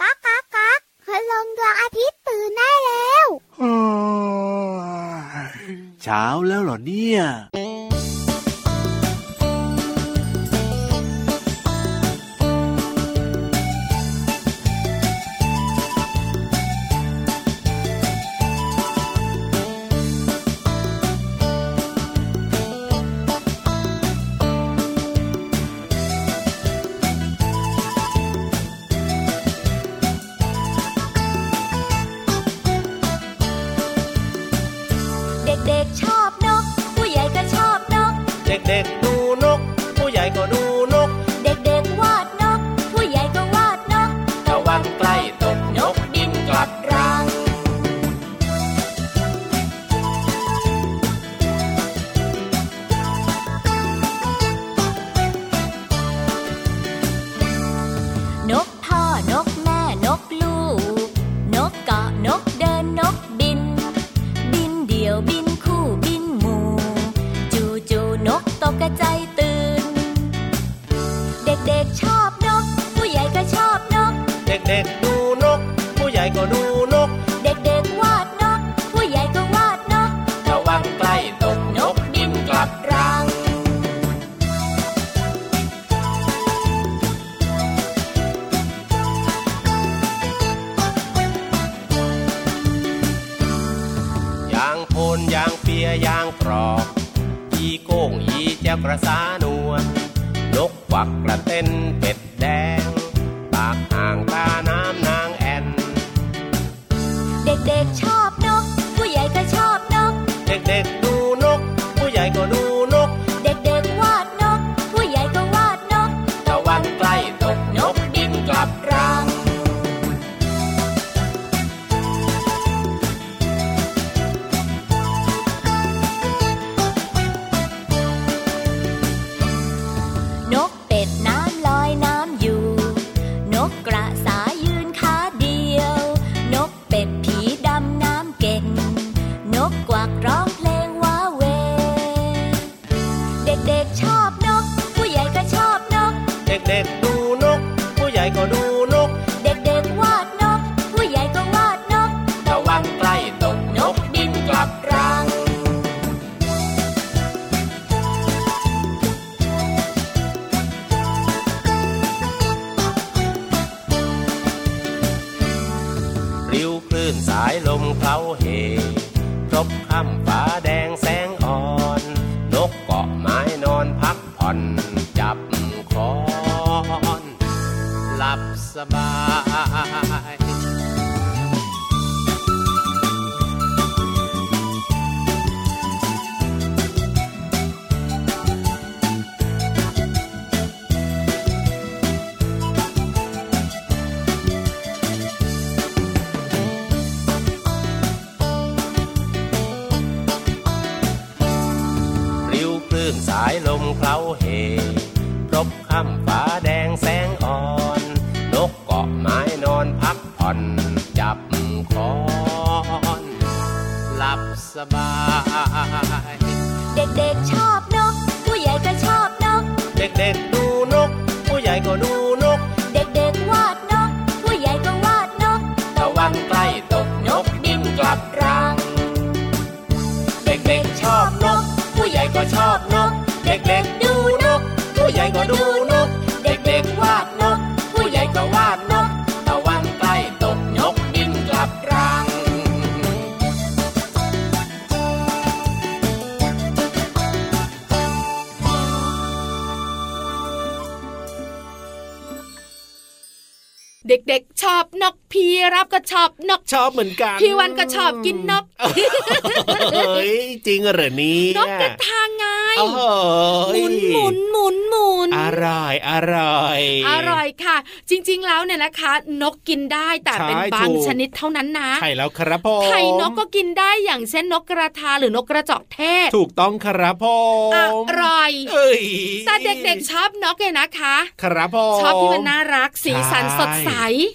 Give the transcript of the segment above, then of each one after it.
ก๊ากก๊ากก๊ากคืลงดวงอาทิตย์ตื่นได้แล้ว เช้าแล้วเหรอเนี่ย เด็กๆชอบนก ผู้ใหญ่ก็ชอบนก เด็กๆดูนก ผู้ใหญ่ก็ดูนก เด็กๆวาดนก ผู้ใหญ่ก็วาดนก ระวังใกล้ตกนกบินกลับรัง นกพ่อนกแม่นกลูก นกเกาะนกเดินนกบิน บินเดี่ยวบินคู่บินหมู่จู่จู่ๆนกตกกระจายตื่น เด็กๆชอบนก ผู้ใหญ่ก็ชอบนก เด็กๆดูนก ผู้ใหญ่ก็ดูนก เด็กๆวาดนก ผู้ใหญ่ก็วาดนก ระวังใกล้ตกนกบินกลับรัง ยางโพนยางเปียยางกรอกอีโก้งอีแจวกระสานวลนกควักกระเต้นเป็ดแดง ปากห่างตาน้ำนางแอน เด็กๆชอบนก ผู้ใหญ่ก็ชอบนก เด็กๆดูนก ผู้ใหญ่ก็ดูนก เด็กๆวาดนก ผู้ใหญ่ก็วาดนก ระวังใกล้ตกนกบินกลับรัง นกเป็ดน้ำลอยน้ำอยู่ นกกระสายืนขาเดียว นกเป็ดผีดำน้ำเก่ง นกกวักร้องเพลงว้าเหวเด็กๆชอบนก ผู้ใหญ่ก็ชอบนก เด็กๆดูนก ผู้ใหญ่ก็ดูนก เด็กๆวาดนก ผู้ใหญ่ก็วาดนก ระวังใกล้ตกนกบินกลับรัง ริ้วคลื่นสายลมเคล้าเหพรบค่ำฟ้าแดงแสงอ่อน นกเกาะไม้นอนพักผ่อน จับคอน หลับสบาย ริ้วคลื่นสายลมเคล้าเหพรบค่ำฟ้าแดงแสงอ่อน นกเกาะไม้นอนพักผ่อน จับคอน หลับสบาย เด็กๆชอบนก ผู้ใหญ่ก็ชอบนก เด็กๆดูนก ผู้ใหญ่ก็ดูนก เด็กๆวาดนก ผู้ใหญ่ก็วาดนก ระวังใกล้ตกนกบินกลับรัง เด็กๆชอบนก ผู้ใหญ่ก็ชอบนก เด็กๆดูนก ผู้ใหญ่ก็ดูนก เด็กๆวาดนก ผู้ใหญ่ก็วาดนก ระวังใกล้ตกนกบินกลับรัง เด็กๆ ชอบนกพีรับก็ชอบนก ชอบเหมือนกัน พี่วันก็ชอบกินนก เฮ้ยจริงเหรอเนี่ย นกกระทางไง โอ้โห หมุนหมุนหมุนหมุน อร่อยอร่อย อร่อยค่ะ จริงๆแล้วเนี่ยนะคะ นกกินได้แต่ ใช่ เป็นบาง ถูก ชนิดเท่านั้นนะ ใช่แล้วครับพ่อ ไข่นกก็กินได้อย่างเช่นนกกระทาหรือนกกระจอกเทศ ถูกต้องครับพ่อ อ อ ร่อย เอ้ย แต่เด็กๆชอบนกเลยนะคะ ครับพ่อ ชอบที่มันน่ารักสีสันสดใส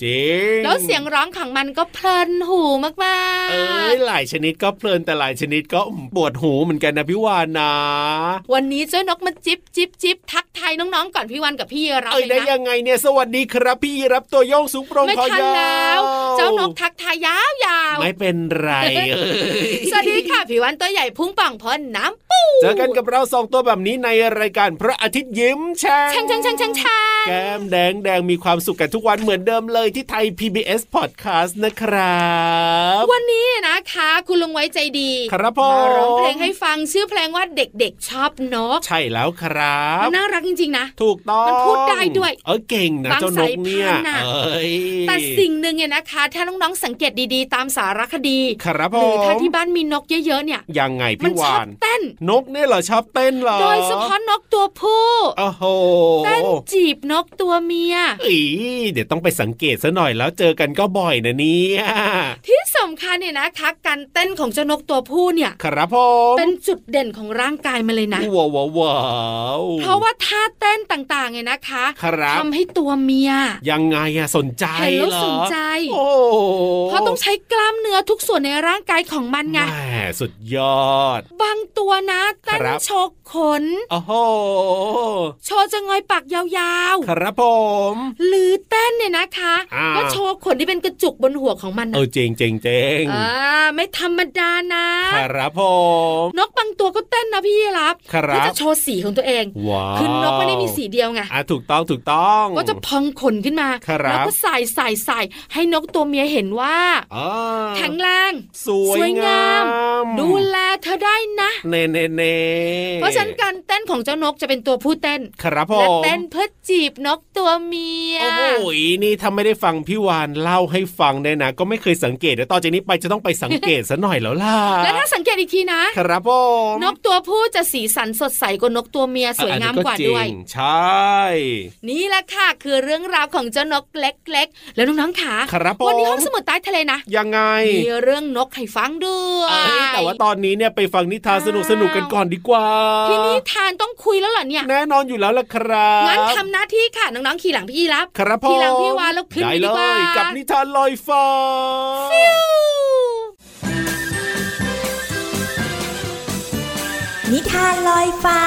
จริง แล้วเสียงร้องของมันก็เพลินหูมาก เอ้ย ๆ หลายชนิดก็เพลินแต่หลายชนิดก็ปวดหูเหมือนกันนะพี่วานนะ วันนี้เจ้านกมันจิบจิบจิบทักทายน้องๆก่อนพี่วันกับพี่รับ เอ้ย เล ได้ ยนะ ยังไงเนี่ย สวัสดีครับพี่รับตัวโยงสูงโปรง ไม่ คอ ทัน ยาแล้ววเจ้านกทักทายยาวๆ ไม่เป็นไรเอ้ ย สวัสดีค่ะพี่วันตัวใหญ่พุงป่องพอนน้ำปู เจอกันกับเราสองตัวแบบนี้ในรายการพระอาทิตย์ยิ้มแช่ ช่างช่างช่างช่างช่าง แก้มแดงแดงมีความสุขกันทุกวันเหมือนเดิมเลยที่ไทย PBS Podcast นะครับ วันนี้นะคะ คุณลุงไว้ใจดี ครับผม มาร้องเพลงให้ฟังชื่อเพลงว่าเด็กๆชอบนก ใช่แล้วครับ มันน่ารักจริงๆนะ ถูกต้อง มันพูดได้ด้วย เออเก่งนะ บาง เจ้านกเนี่ย สายพันธุ์น่ะ เอ้ย แต่สิ่งหนึ่งเนี่ยนะคะ ถ้าน้องๆสังเกตดีๆ ตามสารคดี ครับ ห ผ รือ ม ถ้าที่บ้านมีนกเยอะๆเนี่ย ยังไง มั พี่ ช วา อบ น เต้น นกเนี่ยเหรอชอบเต้นเหรอ โดยเฉพาะนกตัวผู้ โอ้โห เต้นจีบนกตัวเมีย อีเดี๋ยวต้องไปสังเกตซะหน่อยแล้วเจอกันก็บ่อยนะเนี่ย ที่สำคัญเนี่ยนะคะการเต้นของเจ้านกตัวผู้เนี่ย ครับผม เป็นจุดเด่นของร่างกายมาเลยนะ ว้าวว้าวว้าว เพราะว่าท่าเต้นต่างๆเนี่ยนะคะ ครับ ทำให้ตัวเมีย ยังไงอะสนใจ เห็นแล้ว เหรอ สนใจ โอ้ เพราะต้องใช้กล้ามเนื้อทุกส่วนในร่างกายของมันไง แหม่สุดยอด บางตัวนะเต้น ครับ โชกขน โอ้โห โชว์จะงอยปากยาว ครับผม ๆ หรือเต้นเนี่ยนะคะ อ่า ก็โชว์ขนที่เป็นกระจุกบนหัวของมัน เอ นะ อเจ๋งเจ๋งเจ๋ง อ่าไม่ธรรมดานะ ครับผม นกบางตัวก็เต้นนะพี่รับ ครั ก็ บ จะโชว์สีของตัวเอง ว้าว คือนกไม่ได้มีสีเดียวไง อ่ะถูกต้องถูกต้อง ก็จะพองขนขึ้นมา ครับ แล้วก็ใส่ใส่ใส่ให้นกตัวเมียเห็นว่า อ่า แข็งแรง สวสยวยงาง าม ม ดูแลเธอได้นะ เนเนเน เพราะฉะนั้นการเต้นของเจ้านกจะเป็นตัวผู้เต้น ครับผ และ ม เต้นเพื่อจีบนกตัวเมีย โอ้โหนี่ถ้าไม่ได้ฟังพี่วานเล่าให้ฟังเนี่ยนะ ก็ไม่เคยสังเกตเดี๋ยวต่อจากนี้ไปจะต้องไปสังเกตซะหน่อยแล้ว ล่ะ แล้วถ้าสังเกตอีกทีนะ ครับผม นกตัวผู้จะสีสันสดใสกว่านกตัวเมียสวยงามกว่าด้วย อันนี้จริงใช่ นี่แหละค่ะคือเรื่องราวของเจ้านกเล็ก ๆ แล้วน้องๆขา ครับผม วันนี้ห้องสมุดใต้ทะเลนะ ยังไง มีเรื่องนกให้ฟังด้วย เอ้ยแต่ว่าตอนนี้เนี่ยไปฟังนิทานสนุกสนุกๆกันก่อนดีกว่า พี่นิทานต้องคุยแล้วเหรอเนี่ย แน่นอนอยู่แล้วล่ะครับ งั้นทำหน้าที่ค่ะน้องๆขี่หลังพี่รับ ครับผ พี่ ม หลังพี่วานแล้วขึ้น ได้ ดี เล กว่า ยกับนิทานลอยฟ้า นิทานลอยฟ้า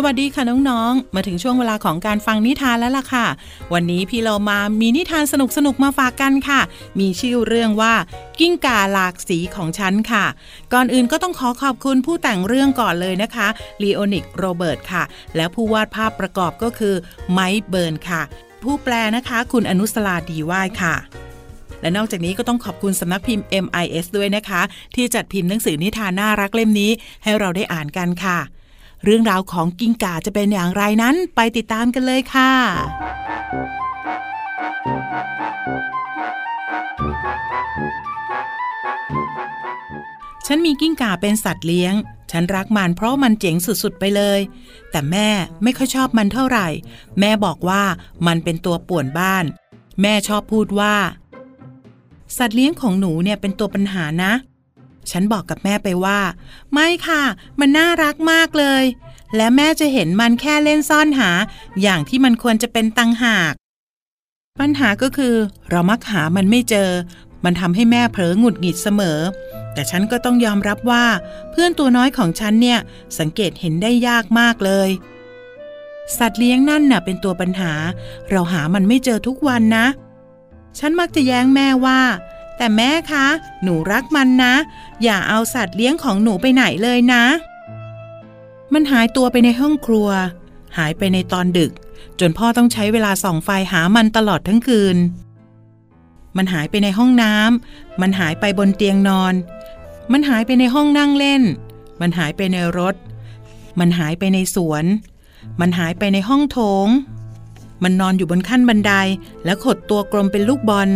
สวัสดีค่ะน้องๆ มาถึงช่วงเวลาของการฟังนิทานแล้วล่ะค่ะ วันนี้พี่เรามามีนิทานสนุกๆ มาฝากกันค่ะ มีชื่อเรื่องว่า กิ้งก่าหลากสีของฉันค่ะ ก่อนอื่นก็ต้องขอขอบคุณผู้แต่งเรื่องก่อนเลยนะคะลีโอนิกโรเบิร์ตค่ะ และผู้วาดภาพประกอบก็คือไมค์เบิร์นค่ะ ผู้แปลนะคะคุณอนุสลาดีว่ายค่ะ และนอกจากนี้ก็ต้องขอบคุณสำนักพิมพ์ MIS ด้วยนะคะ ที่จัดพิมพ์หนังสือนิทานน่ารักเล่มนี้ ให้เราได้อ่านกันค่ะ เรื่องราวของกิ้งก่าจะเป็นอย่างไรนั้นไปติดตามกันเลยค่ะ ฉันมีกิ้งก่าเป็นสัตว์เลี้ยง ฉันรักมันเพราะมันเจ๋งสุดๆไปเลย แต่แม่ไม่ค่อยชอบมันเท่าไหร่ แม่บอกว่ามันเป็นตัวป่วนบ้าน แม่ชอบพูดว่า สัตว์เลี้ยงของหนูเนี่ยเป็นตัวปัญหานะ ฉันบอกกับแม่ไปว่า ไม่ค่ะ มันน่ารักมากเลย และแม่จะเห็นมันแค่เล่นซ่อนหา อย่างที่มันควรจะเป็นตังหาก ปัญหาก็คือ เรามักหามันไม่เจอ มันทำให้แม่เผลอหงุดหงิดเสมอ แต่ฉันก็ต้องยอมรับว่า เพื่อนตัวน้อยของฉันเนี่ย สังเกตเห็นได้ยากมากเลย สัตว์เลี้ยงนั่นน่ะเป็นตัวปัญหา เราหามันไม่เจอทุกวันนะ ฉันมักจะแย้งแม่ว่า แต่แม่คะ หนูรักมันนะ อย่าเอาสัตว์เลี้ยงของหนูไปไหนเลยนะ มันหายตัวไปในห้องครัว หายไปในตอนดึก จนพ่อต้องใช้เวลาส่องไฟหามันตลอดทั้งคืน มันหายไปในห้องน้ำ มันหายไปบนเตียงนอน มันหายไปในห้องนั่งเล่น มันหายไปในรถ มันหายไปในสวน มันหายไปในห้องโถง มันนอนอยู่บนขั้นบันไดและขดตัวกลมเป็นลูกบอล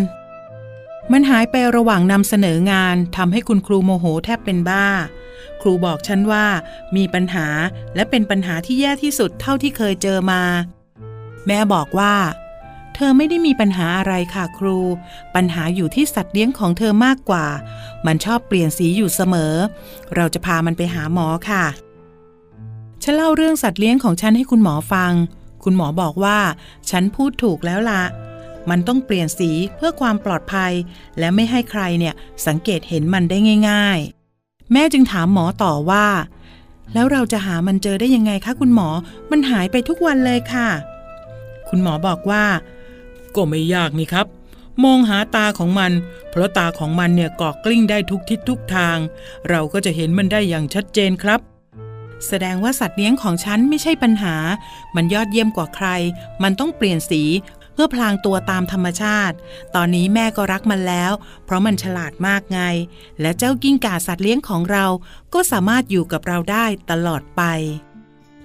มันหายไประหว่างนำเสนองานทำให้คุณครูโมโหแทบเป็นบ้า ครูบอกฉันว่ามีปัญหาและเป็นปัญหาที่แย่ที่สุดเท่าที่เคยเจอมา แม่บอกว่า เธอไม่ได้มีปัญหาอะไรค่ะครู ปัญหาอยู่ที่สัตว์เลี้ยงของเธอมากกว่า มันชอบเปลี่ยนสีอยู่เสมอ เราจะพามันไปหาหมอค่ะ ฉันเล่าเรื่องสัตว์เลี้ยงของฉันให้คุณหมอฟัง คุณหมอบอกว่า ฉันพูดถูกแล้วละ มันต้องเปลี่ยนสีเพื่อความปลอดภัย และไม่ให้ใครเนี่ยสังเกตเห็นมันได้ง่าย ๆ แม่จึงถามหมอต่อว่า แล้วเราจะหามันเจอได้ยังไงคะคุณหมอ มันหายไปทุกวันเลยค่ะ คุณหมอบอกว่า ก็ไม่ยากนี่ครับ มองหาตาของมัน เพราะตาของมันเนี่ยกอกกลิ้งได้ทุกทิศทุกทาง เราก็จะเห็นมันได้อย่างชัดเจนครับ แสดงว่าสัตว์เลี้ยงของฉันไม่ใช่ปัญหา มันยอดเยี่ยมกว่าใคร มันต้องเปลี่ยนสีเพื่อพลางตัวตามธรรมชาติ ตอนนี้แม่ก็รักมันแล้ว เพราะมันฉลาดมากไง และเจ้ากิ้งก่าสัตว์เลี้ยงของเรา ก็สามารถอยู่กับเราได้ตลอดไป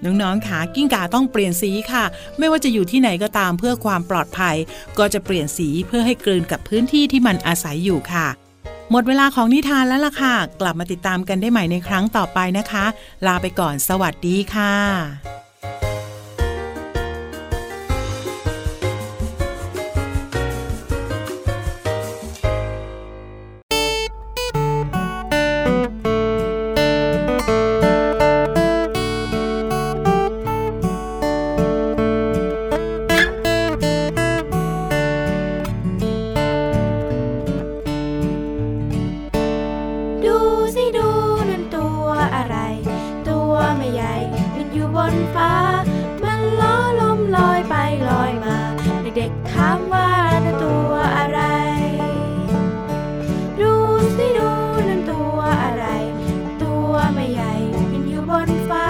น้องๆค่ะกิ้งก่าต้องเปลี่ยนสีค่ะ ไม่ว่าจะอยู่ที่ไหนก็ตามเพื่อความปลอดภัย ก็จะเปลี่ยนสีเพื่อให้กลืนกับพื้นที่ที่มันอาศัยอยู่ค่ะ หมดเวลาของนิทานแล้วล่ะค่ะ กลับมาติดตามกันได้ใหม่ในครั้งต่อไปนะคะ ลาไปก่อนสวัสดีค่ะ ดูสิดูนั่นตัวอะไร ตัวไม่ใหญ่มันอยู่บนฟ้า มันล้อลมลอยไปลอยมา เด็กๆถามว่านั่นตัวอะไร ดูสิดูนั่นตัวอะไร ตัวไม่ใหญ่มันอยู่บนฟ้า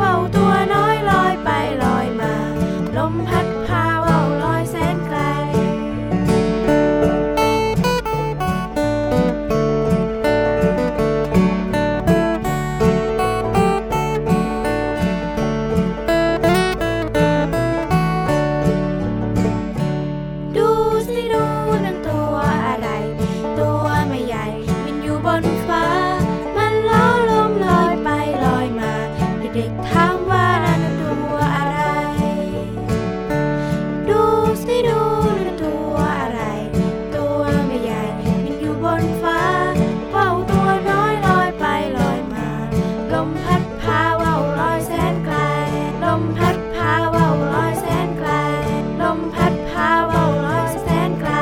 ว่าวตัวน้อยลอยไปลอยมา ลมพัดพาว่าวลอยแสนไกล ดูสิดูนั่นตัวอะไร ตัวไม่ใหญ่ มันอยู่บนฟ้า มันล้อลมลอยไปลอยมา เด็กๆถามว่านั่นตัวอะไร ดูสิดูนั่นตัวอะไร ตัวไม่ใหญ่ มันอยู่บนฟ้าว่าวตัวน้อยลอยไปลอยมา ลมพัดพาว่าวลอยแสนไกล ลมพัดพาว่าวลอยแสนไกล ลมพัดพาว่าวลอยแสนไกล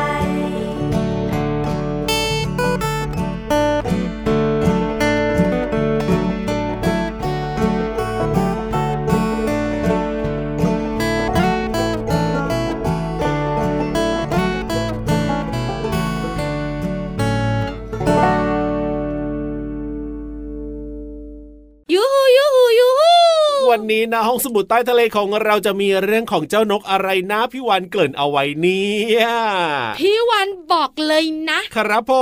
ยูฮูยูฮูยูฮู วันนี้นะห้องสมุดใต้ทะเลของเราจะมีเรื่องของเจ้านกอะไรนะพี่วานเกริ่นเอาไว้เนี่ย พี่วันบอกเลยนะครับ ผ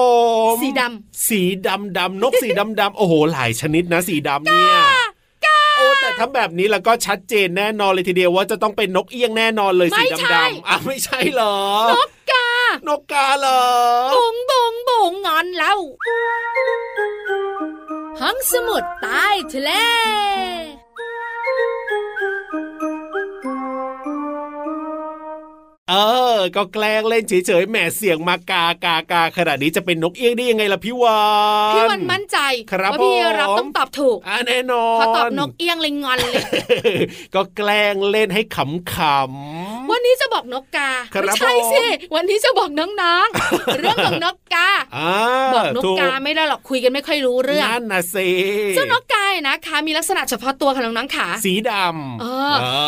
ม สีดำ สีดำดำๆนกสีดำดำๆโอ้โหหลายชนิดนะสีดำเนี่ยโอ้แต่ถ้าแบบนี้แล้วก็ชัดเจนแน่นอนเลยทีเดียวว่าจะต้องเป็นนกเอี้ยงแน่นอนเลยสีดำดำๆอ่ะไม่ใช่เหรอ นกกาน กกาเหรอ บงบงบงงอนแล้วห้องสมุดใต้ทะเล เออ ก็แกล้งเล่นเฉยๆแหมเสียงมากากากาขนาดนี้จะเป็นนกเอี้ยงได้ยังไงล่ะพี่วาน พี่วันมั่นใจ ครับ ว่าพี่ ผม รับต้องตอบถูก อ่ะแน่นอน พอตอบนกเอี้ยงเลยงอนเลย ก็แกล้งเล่นให้ขำ วันนี้จะบอกนกกา ครับ ไม่ใช่สิ วันนี้จะบอกน้อง ๆ เรื่องของนกกา ๆอ่า บอกนก ถู กาไม่ได้หรอกคุยกันไม่ค่อยรู้เรื่อง นั่นนะสิ เจ้านกกาเนี่ยนะคะ มีลักษณะเฉพาะตัวค่ะน้องๆขา สีด เออ ำเอ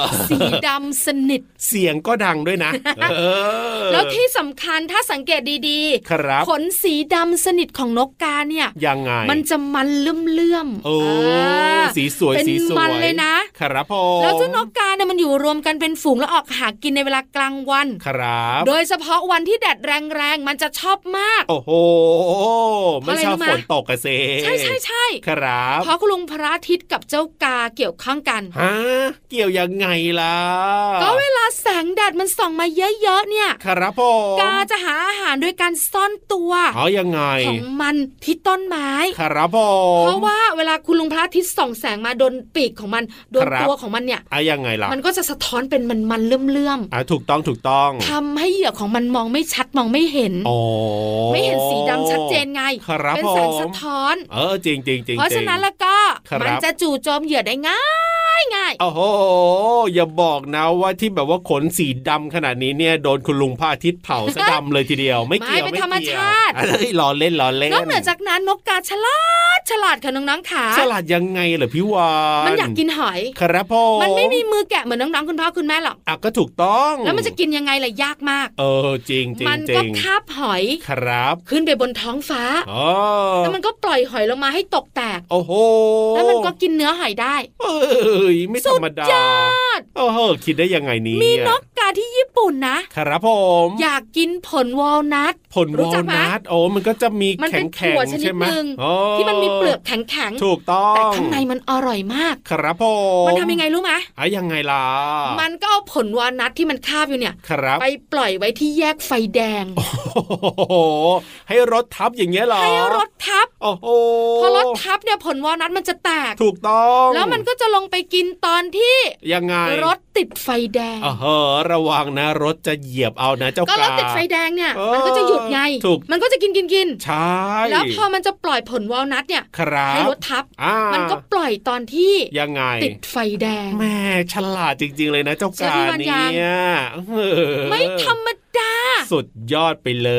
อ สีดำสนิท เสียงก็ดังด้วย นะ เออ แล้วที่สำคัญถ้าสังเกตดี ครับ ขนสีดำสนิทของนกกาเนี่ย ยังไง มันจะมันเลื่อมๆ โอ้ า สีสวย เป็น สีสวย มันเลยนะ ครับผม แล้วเจ้านกกาเนี่ยมันอยู่รวมกันเป็นฝูงแล้วออกหากินในเวลากลางวัน ครับ โดยเฉพาะวันที่แดดแรงๆ มันจะชอบมาก โอ้โห ไม่ชอเพราะอะไรบรู้ไหม ฝนตกกะเซ ใช่ใช่ใช่ ครับ เพราะคุณลุงพระอาทิตย์กับเจ้ากาเกี่ยวข้องกัน ฮะเกี่ยวยังไงล่ะ ก็เวลาแสงแดดมันส่องมาเยอะๆเนี่ย ครับผม กาจะหาอาหารด้วยการซ่อนตัว เขายังไง ของมันที่ต้นไม้ ครับผ เพ ม ราะว่าเวลาคุณลุงพระอาทิตย์ส่องแสงมาโดนปีกของมันโดน ครับ ตัวของมันเนี่ย อะยังไงล่ะ มันก็จะสะท้อนเป็นมันๆเลื่อม อ่ะถูกต้องถูกต้อง ๆทำให้เหยื่อของมันมองไม่ชัดมองไม่เห็น อ๋อ ไม่เห็นสีดำชัดเจนไง ครับ เป็นแสง ผม สะท้อน เออจริงจริงจริง เพราะฉะนั้นแล้วก็ ครับ มันจะจู่โจมเหยื่อได้ง่า ายง่าย โอ้โห อย่าบอกนะว่าที่แบบว่าขนสีดำขนาดนี้เนี่ยโดนคุณลุงพระอาทิตย์เผาซะดำเลยทีเดียว ไม่เกี่ยว เป็น ไม่ ธรรม เกี่ยว ชาติ เอ้ยล้อเล่นล้อเล่น นอกเหนือจากนั้นนกกาฉลาดฉลาดค่ะน้องๆขา ฉลาดยังไงเหรอพี่วาน มันอยากกินหอย ครับพ่อ มันไม่มีมือแกะเหมือนน้องๆคุณพ่อคุณแม่หรอก อ่ะก็ถูกต้อง แล้วมันจะกินยังไงล่ะยากมาก เออจริงจริง มั จ ก็ ริง คาบหอย ครับ ขึ้นไปบนท้องฟ้า อ๋อ แล้วมันก็ปล่อยหอยลงมาให้ตกแตก โอ้โห แล้วมันก็กินเนื้อหอยได้ เอ้ยไม่ธรรมดา สุยอด โอ้โหคิดได้ยังไงเนี่ย มีนกกาที่ญี่ปุ่นนะ ครับผม อยากกินผลวอลนัท ผล รู้ วอ จั ล กไหม นัทโอ้มันก็จะมี มัน แข็ เป็ ง น แข็ง ถั่วชนิ ใช่ ด ไหม หนึ่ง อ๋อ ที่มันมีเปลือกแข็งแข็งๆ ถูกต้อง แต่ข้างในมันอร่อยมาก ครับผม มันทำยังไงรู้ไหม อ่ะยังไงล่ะ มันก็เอาผลวอลนัทที่มันคาบอยู่เนี่ย ครับ ไปปล่อยไว้ที่แยกไฟแดง โอ้โหให้รถทับอย่างเงี้ยเหรอ ให้รถทับ โอ้โห พอรถทับเนี่ยผลวอลนัทมันจะแตก ถูกต้อง แล้วมันก็จะลงไปกินตอนที่ ยังไง รถติดไฟแดง เออเหอะระวังนะรถจะเหยียบเอานะเจ้า ก็รถ กา ติดไฟแดงเนี่ย เออ มันก็จะหยุดไง ถูก มันก็จะกินกินกิน ใช่ แล้วพอมันจะปล่อยผลวอลนัทเนี่ย ครับ ให้รถทับ อ่า มันก็ปล่อยตอนที่ ยังไง ติดไฟแดง แม่ฉลาดจริง ๆ เลยนะเจ้า เชื่อก า พี่วันยัง เนี่ยเออ ไม่ธรรมดา สุดยอดไปเล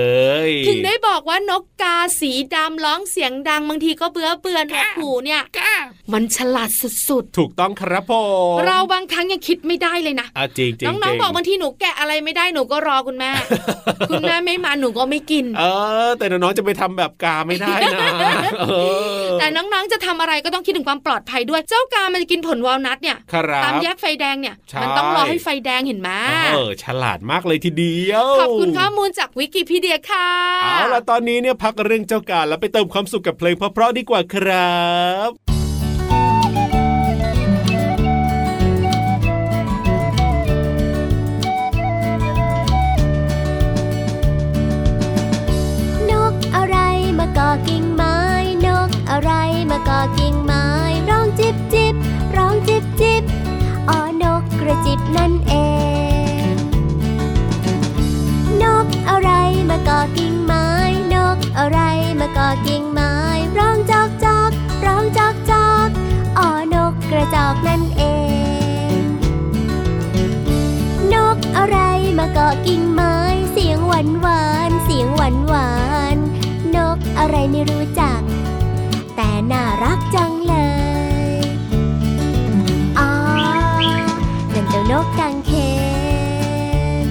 ย ถึงได้บอกว่านกกาสีดำร้องเสียงดังบางทีก็เบื่อเบื่อหนวกหูเนี่ย มันฉลาดสุด ถูกต้องครับผม ๆ เราบางครั้งยังคิดไม่ได้เลยนะ อ่ะจริงจริง น้องๆบอกบางทีหนูแกะอะไรไม่ได้หนูก็รอคุณแม่ คุณแม่ไม่มาหนูก็ไม่กิน เออ แต่น้องๆจะไปทำแบบกาไม่ได้นะเออ แต่น้องๆจะทำอะไรก็ต้องคิดถึงความปลอดภัยด้วย เจ้ากามันจะกินผลวอลนัทเนี่ย ครั ตา บ มแยกไฟแดงเนี่ย ใช่ มันต้องรอให้ไฟแดงเห็นไหม เออฉลาดมากเลยทีเดียว ขอบคุณข้อมูลจากวิกิพีเดียค่ะ เอาล่ะตอนนี้เนี่ยพักเรื่องเจ้าการแล้วไปเติมความสุขกับเพลงเพราะๆดีกว่าครับ นกอะไรมาเกาะกิ่งไม้ นกอะไรมาเกาะกิ่งไม้ ร้องจิบจิบร้องจิบจิบอ๋อนกกระจิบนั่นเอง นกอะไรมาเกาะกิ่งไม้ นกอะไรมาเกาะกิ่งไม้ ร้องจอกจอกร้องจอกจอกอ๋อนกกระจอกนั่นเอง นกอะไรมาเกาะกิ่งไม้ เสียงหวานหวานๆเสียงหวานหวานๆนกอะไรไม่รู้จัก แต่น่ารักจังเลยอ๋อนั่นเจ้านกกังเขน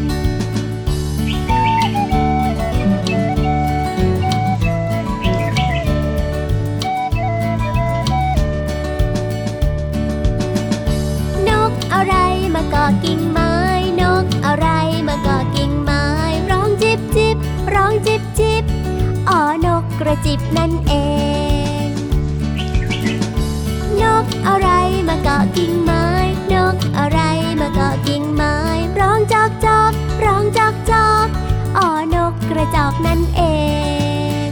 นกอะไรมาเกาะกิ่งไม้ นกอะไรมาเกาะกิ่งไม้ ร้องจิบจิบร้องจิบจิบอ๋อนกกระจิบนั่นเอง นกอะไรมาเกาะกิ่งไม้ นกอะไรมาเกาะกิ่งไม้ ร้องจอกจอกร้องจอกจอกอ๋อนกกระจอกนั่นเอง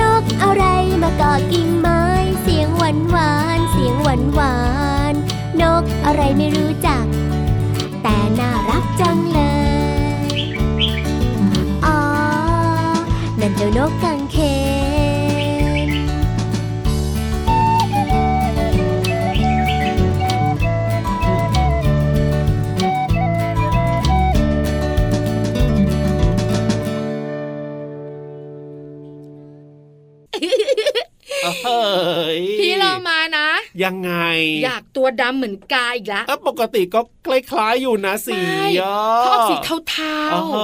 นกอะไรมาเกาะกิ่งไม้ เสียงหวานหวานๆเสียงหวานหวานๆนกอะไรไม่รู้จัก แต่น่ารักจังเลย อ๋อ นั่นเจ้านกกังเขน เฮ้ย พี่เรามานะ ยังไง อยากตัวดำเหมือนกาอีกละ เอ้าปกติก็คล้ายๆอยู่นะสี ไม่ อ่ะ เขาออกสีเทา เอ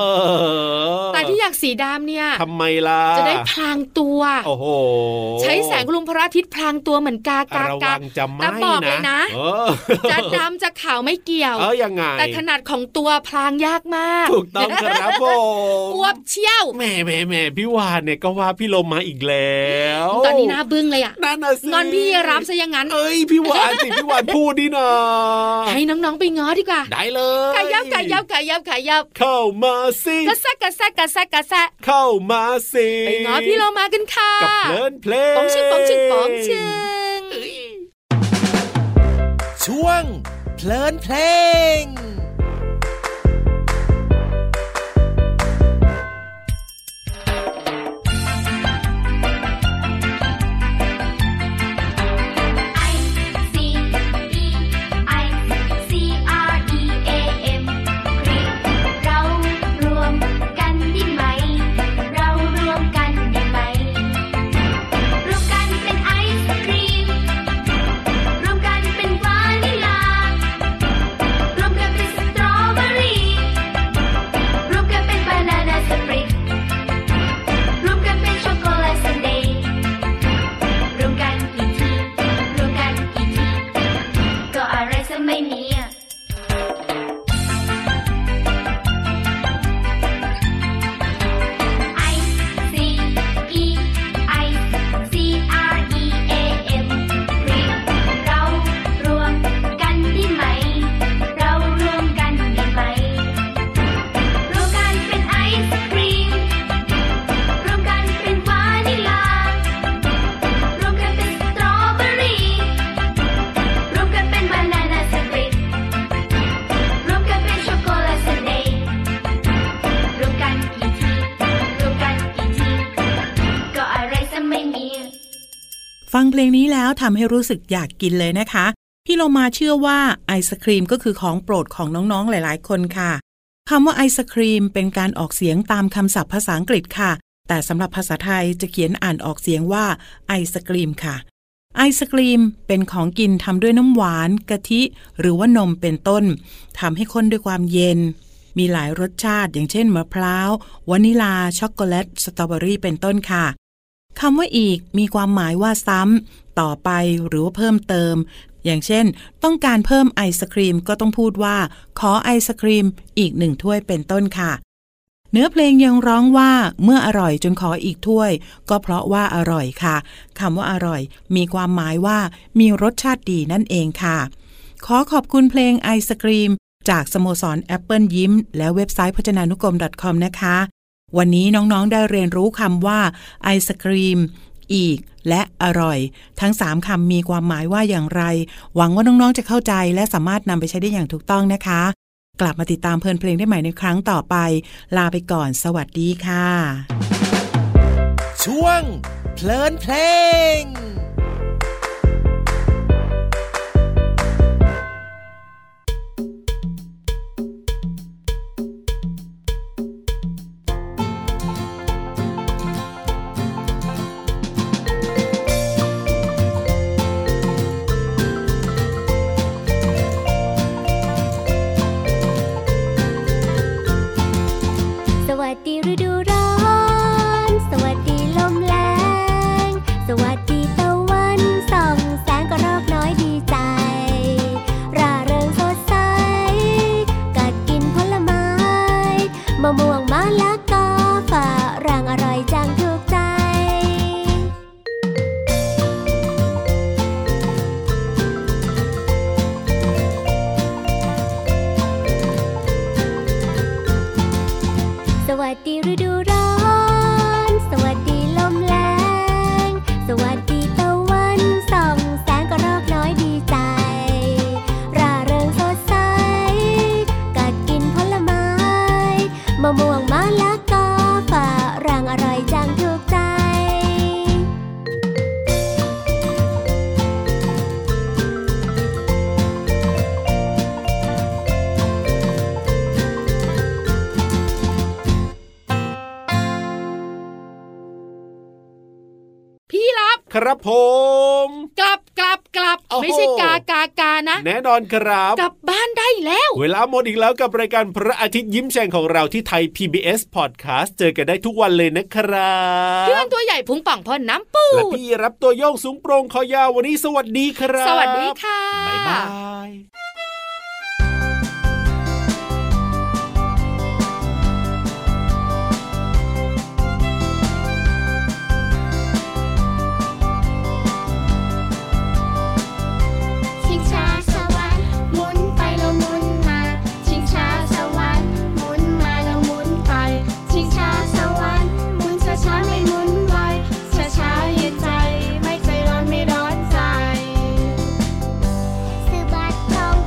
อ ๆ แต่ที่อยากสีดำเนี่ย ทำไมล่ะ จะได้พลางตัว โอ้โห ใช้แสงคุณลุงพระอาทิตย์พลางตัวเหมือนกากา ระ กา วังจะไหม แต่บอกเลยนะ นะเออ จะดำจะขาวไม่เกี่ยว เออยังไง แต่ขนาดของตัวพลางยากมาก ถูกต้องครับผม อวบเชี่ยว แหม่แหม่แหม่พี่วานเนี่ยก็ว่าพี่โลมมาอีกแล้ว ตอนนี้หน้าบึ้งเลยอะ นั่นน่ะสิ งอนพี่รับซะอย่างนั้น เอ้ยพี่วานสิพี่วานพูดดีนะ ให้น้องๆไปง้อดีกว่า ได้เลย กายับกายับกายับกายับ เข้ามาสิ กระแซะกระแซะกระแซะกระแซะ เข้ามาสิ ไปง้อพี่เรามากันค่ะ กับเพลินเพลง ป๋องชิงป๋องชิงป๋องชิง ช่วงเพลินเพลง I see ฟังเพลงนี้แล้วทำให้รู้สึกอยากกินเลยนะคะ พี่เรามาเชื่อว่าไอศครีมก็คือของโปรดของน้องๆหลายๆ คนค่ะคำว่าไอศครีมเป็นการออกเสียงตามคำศัพท์ภาษาอังกฤษค่ะ แต่สำหรับภาษาไทยจะเขียนอ่านออกเสียงว่าไอศกรีมค่ะ ไอศกรีมเป็นของกินทำด้วยน้ำหวาน กะทิ หรือว่านมเป็นต้นทำให้ข้นด้วยความเย็น มีหลายรสชาติอย่างเช่นมะพร้าววานิลา ช็อกโกแลต สตรอเบอรี่เป็นต้นค่ะ คำว่าอีกมีความหมายว่าซ้ำต่อไปหรือว่าเพิ่มเติม อย่างเช่น ต้องการเพิ่มไอศครีมก็ต้องพูดว่า ขอไอศครีมอีกหนึ่งถ้วยเป็นต้นค่ะ เนื้อเพลงยังร้องว่าเมื่ออร่อยจนขออีกถ้วย ก็เพราะว่าอร่อยค่ะคำว่าอร่อย มีความหมายว่ามีรสชาติดีนั่นเองค่ะ ขอขอบคุณเพลงไอศกรีม จากสโมสรแอปเปิลยิ้ม และเว็บไซต์พจนานุกรม .com นะคะ วันนี้น้องๆได้เรียนรู้คำว่าไอศกรีม อีก และอร่อย ทั้ง 3คำมีความหมายว่าอย่างไร หวังว่าน้องๆจะเข้าใจและสามารถนำไปใช้ได้อย่างถูกต้องนะคะ กลับมาติดตามเพลินเพลงได้ใหม่ในครั้งต่อไป ลาไปก่อน สวัสดีค่ะ ช่วงเพลินเพลง สวัสดีฤดูร้อน สวัสดีลมแรงสวัสดีตะวันส่องแสงกระรอกน้อยดีใจ ร่าเริงสดใส กัดกินผลไม้ มะม่วงมะละกอฝรั่งอร่อยจังถูกใจ สวัสดีฤดูร้อน สวัสดีลมแรงสวัสดีตะวันส่องแสงกระรอกน้อยดีใจ ร่าเริงสดใส กัดกินผลไม้ มะม่วงมะละกอฝรั่งอร่อยจังถูกใจ พี่รับ ครับผม กลับกลับกลับ โอ้โห ไม่ใช่กากากานะ แน่นอนครับ กลับบ้านได้แล้ว เวลาหมดอีกแล้วกับรายการพระอาทิตย์ยิ้มแฉ่งของเราที่ไทย PBS Podcast เจอกันได้ทุกวันเลยนะครั เพื่อบ นตัวใหญ่พุงป่องพอน้ำปู และ ด พี่รับตัวโยงสูงโปรงคอยาววันนี้สวัสดีครับ สวัสดีค่ะ บ๊ายบาย ชิงช้าสวรรค์หมุนไปแล้วหมุนมา ชิงช้าสวรรค์หมุนมาแล้วหมุนไป ชิงช้าสวรรค์หมุนช้าช้าๆไม่หมุนไวช้าช้าๆเย็นใจ ไม่ใจร้อนไม่ร้อนใจ สะบัดทอง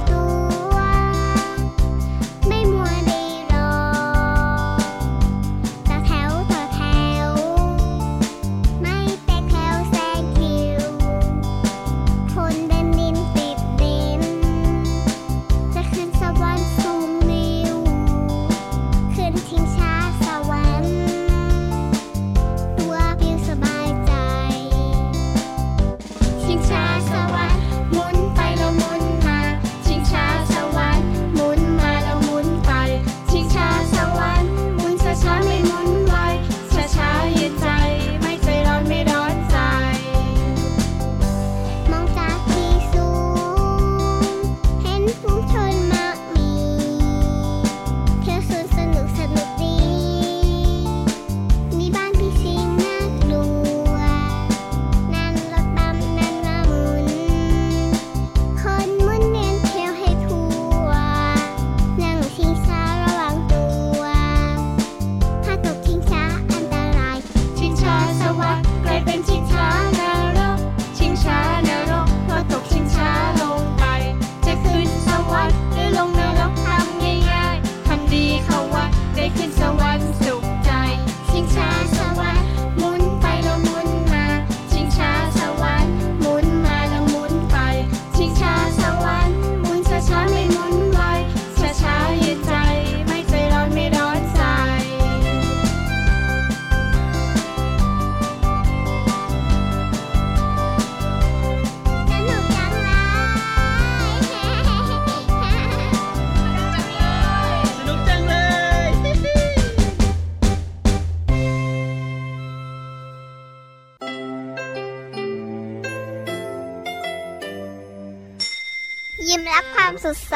ยิ้มรับความสดใส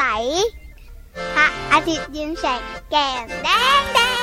พระอาทิตย์ยิ้มแฉกแก้มแดงแดง